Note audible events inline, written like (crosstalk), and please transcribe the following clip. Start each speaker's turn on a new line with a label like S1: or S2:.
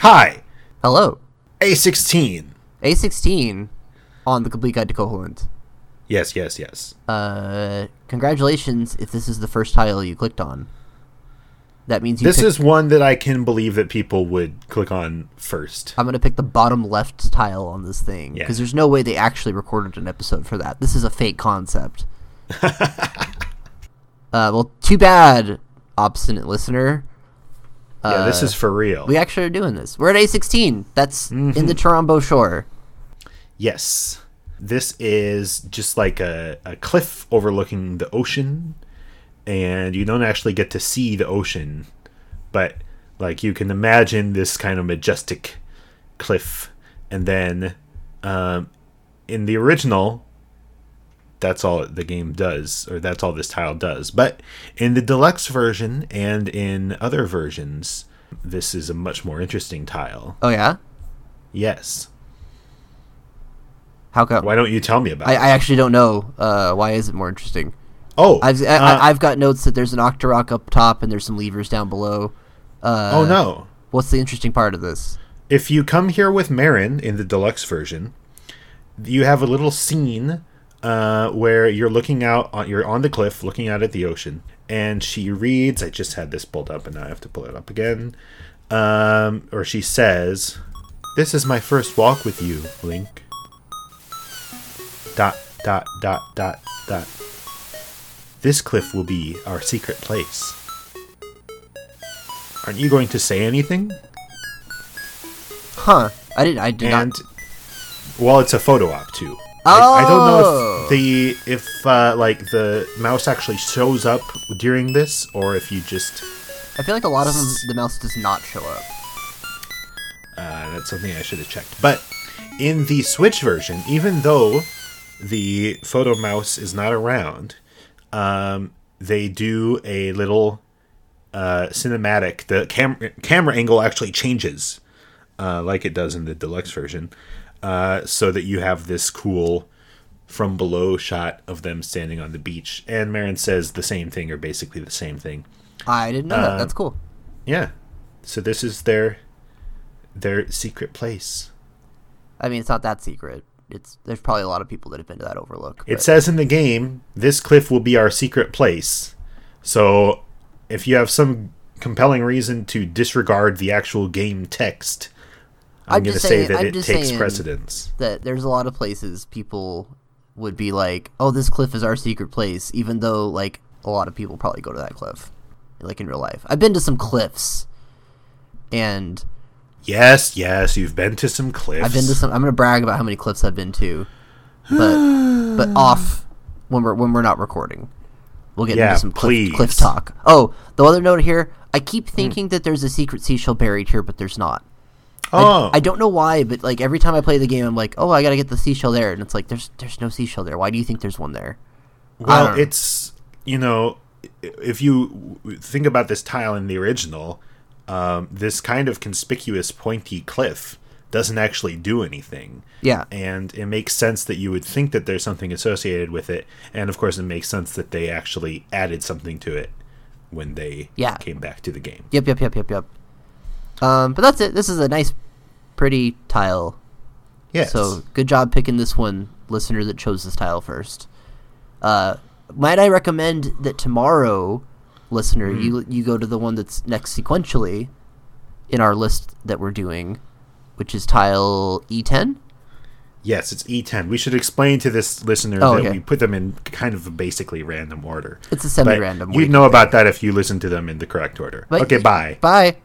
S1: Hi,
S2: Hello.
S1: A16.
S2: A16 on the Complete Guide to Koholint.
S1: Yes, yes, yes.
S2: Uh, congratulations if this is the first title you clicked on. That means you
S1: this
S2: picked-
S1: is one that I can believe that people would click on first.
S2: I'm going to pick the bottom left tile on this thing
S1: Yeah.
S2: because there's no way they actually recorded an episode for that. This is a
S1: (laughs)
S2: fake concept. uh, well, too bad, obstinate listener.
S1: yeah, this is for real.
S2: We actually are doing this. We're at A16. That's in
S1: Mm-hmm.
S2: the Toronto Shore.
S1: Yes. This is just like a, a cliff overlooking the ocean, and you don't actually get to see the ocean, but like you can imagine this kind of majestic cliff. And then um, in the original, that's all the game does, or that's all this tile does. But in the deluxe version and in other versions, this is a much more interesting tile.
S2: Oh, yeah?
S1: Yes.
S2: How come?
S1: Why don't you tell me about
S2: I,
S1: it?
S2: I actually don't know. Uh, why is it more interesting?
S1: Oh,
S2: I've I,
S1: uh,
S2: I- I've got notes that there's an octarock up top and there's some levers down below. Uh,
S1: oh no!
S2: What's the interesting part of this?
S1: If you come here with Marin in the deluxe version, you have a little scene uh, where you're looking out. On, you're on the cliff, looking out at the ocean, and she reads. I just had this pulled up, and now I have to pull it up again. Um, or she says, "This is my first walk with you, Link." Dot dot dot dot dot. This cliff will be our secret place. Aren't you going to say anything?
S2: Huh? I didn't. I did
S1: and
S2: not.
S1: well, it's a photo op too. I, I don't know
S2: Oh.
S1: if the if uh, like the mouse actually shows up during this or if you just
S2: I feel like a lot of them the mouse does not show up.
S1: uh, that's something I should have checked. But in the Switch version, even though the photo mouse is not around, um, they do a little uh, cinematic. The cam- camera angle actually changes, uh, like it does in the deluxe version, uh, so that you have this cool from below shot of them standing on the beach. And Marin says the same thing, or basically the same thing.
S2: I didn't know
S1: Uh,
S2: that. That's cool.
S1: Yeah. So this is their their secret place.
S2: I mean, it's not that secret. It's there's probably a lot of people that have been to that overlook.
S1: It
S2: but-
S1: says in the game, this cliff will be our secret place. So if you have some compelling reason to disregard the actual game text, I'm,
S2: I'm
S1: going to
S2: just
S1: say
S2: saying-
S1: that
S2: I'm
S1: it
S2: just
S1: takes
S2: saying-
S1: precedence.
S2: that there's a lot of places people would be like, "Oh, this cliff is our secret place," even though like a lot of people probably go to that cliff, like in real life. I've been to some cliffs, and
S1: Yes, yes, you've been to some cliffs.
S2: I've been to some. I'm gonna brag about how many cliffs I've been to, but
S1: (sighs)
S2: but off when we're when we're not recording, we'll get
S1: Yeah,
S2: into some cliff, cliff
S1: please. Hmm.
S2: talk. Oh, the other note here. I keep thinking that there's a secret seashell buried here, but there's not.
S1: oh,
S2: I don't know why, but like every time I play the game, I'm like, oh, I gotta get the seashell there, and it's like there's there's no seashell there. Why do you think there's one there? I
S1: well,
S2: don't know.
S1: it's you know, if you think about this tile in the original, um, this kind of conspicuous pointy cliff doesn't actually do anything.
S2: Yeah,
S1: and it makes sense that you would think that there's something associated with it and of course it makes sense that they actually added something to it when they
S2: Yeah.
S1: came back to the game
S2: yep, yep, yep, yep, yep. Um, but that's it. This is a nice, pretty tile.
S1: yes
S2: So good job picking this one, listener that chose this tile first. Uh, might I recommend that tomorrow, listener,
S1: Mm-hmm.
S2: you you go to the one that's next sequentially in our list that we're doing, which is tile E E10.
S1: yes it's e10 we should explain to this listener
S2: Oh,
S1: that
S2: okay.
S1: we put them in kind of basically random order
S2: It's a
S1: But
S2: semi-random.
S1: you'd
S2: week.
S1: know about that if you listen to them in the correct order
S2: But-
S1: okay bye
S2: Bye.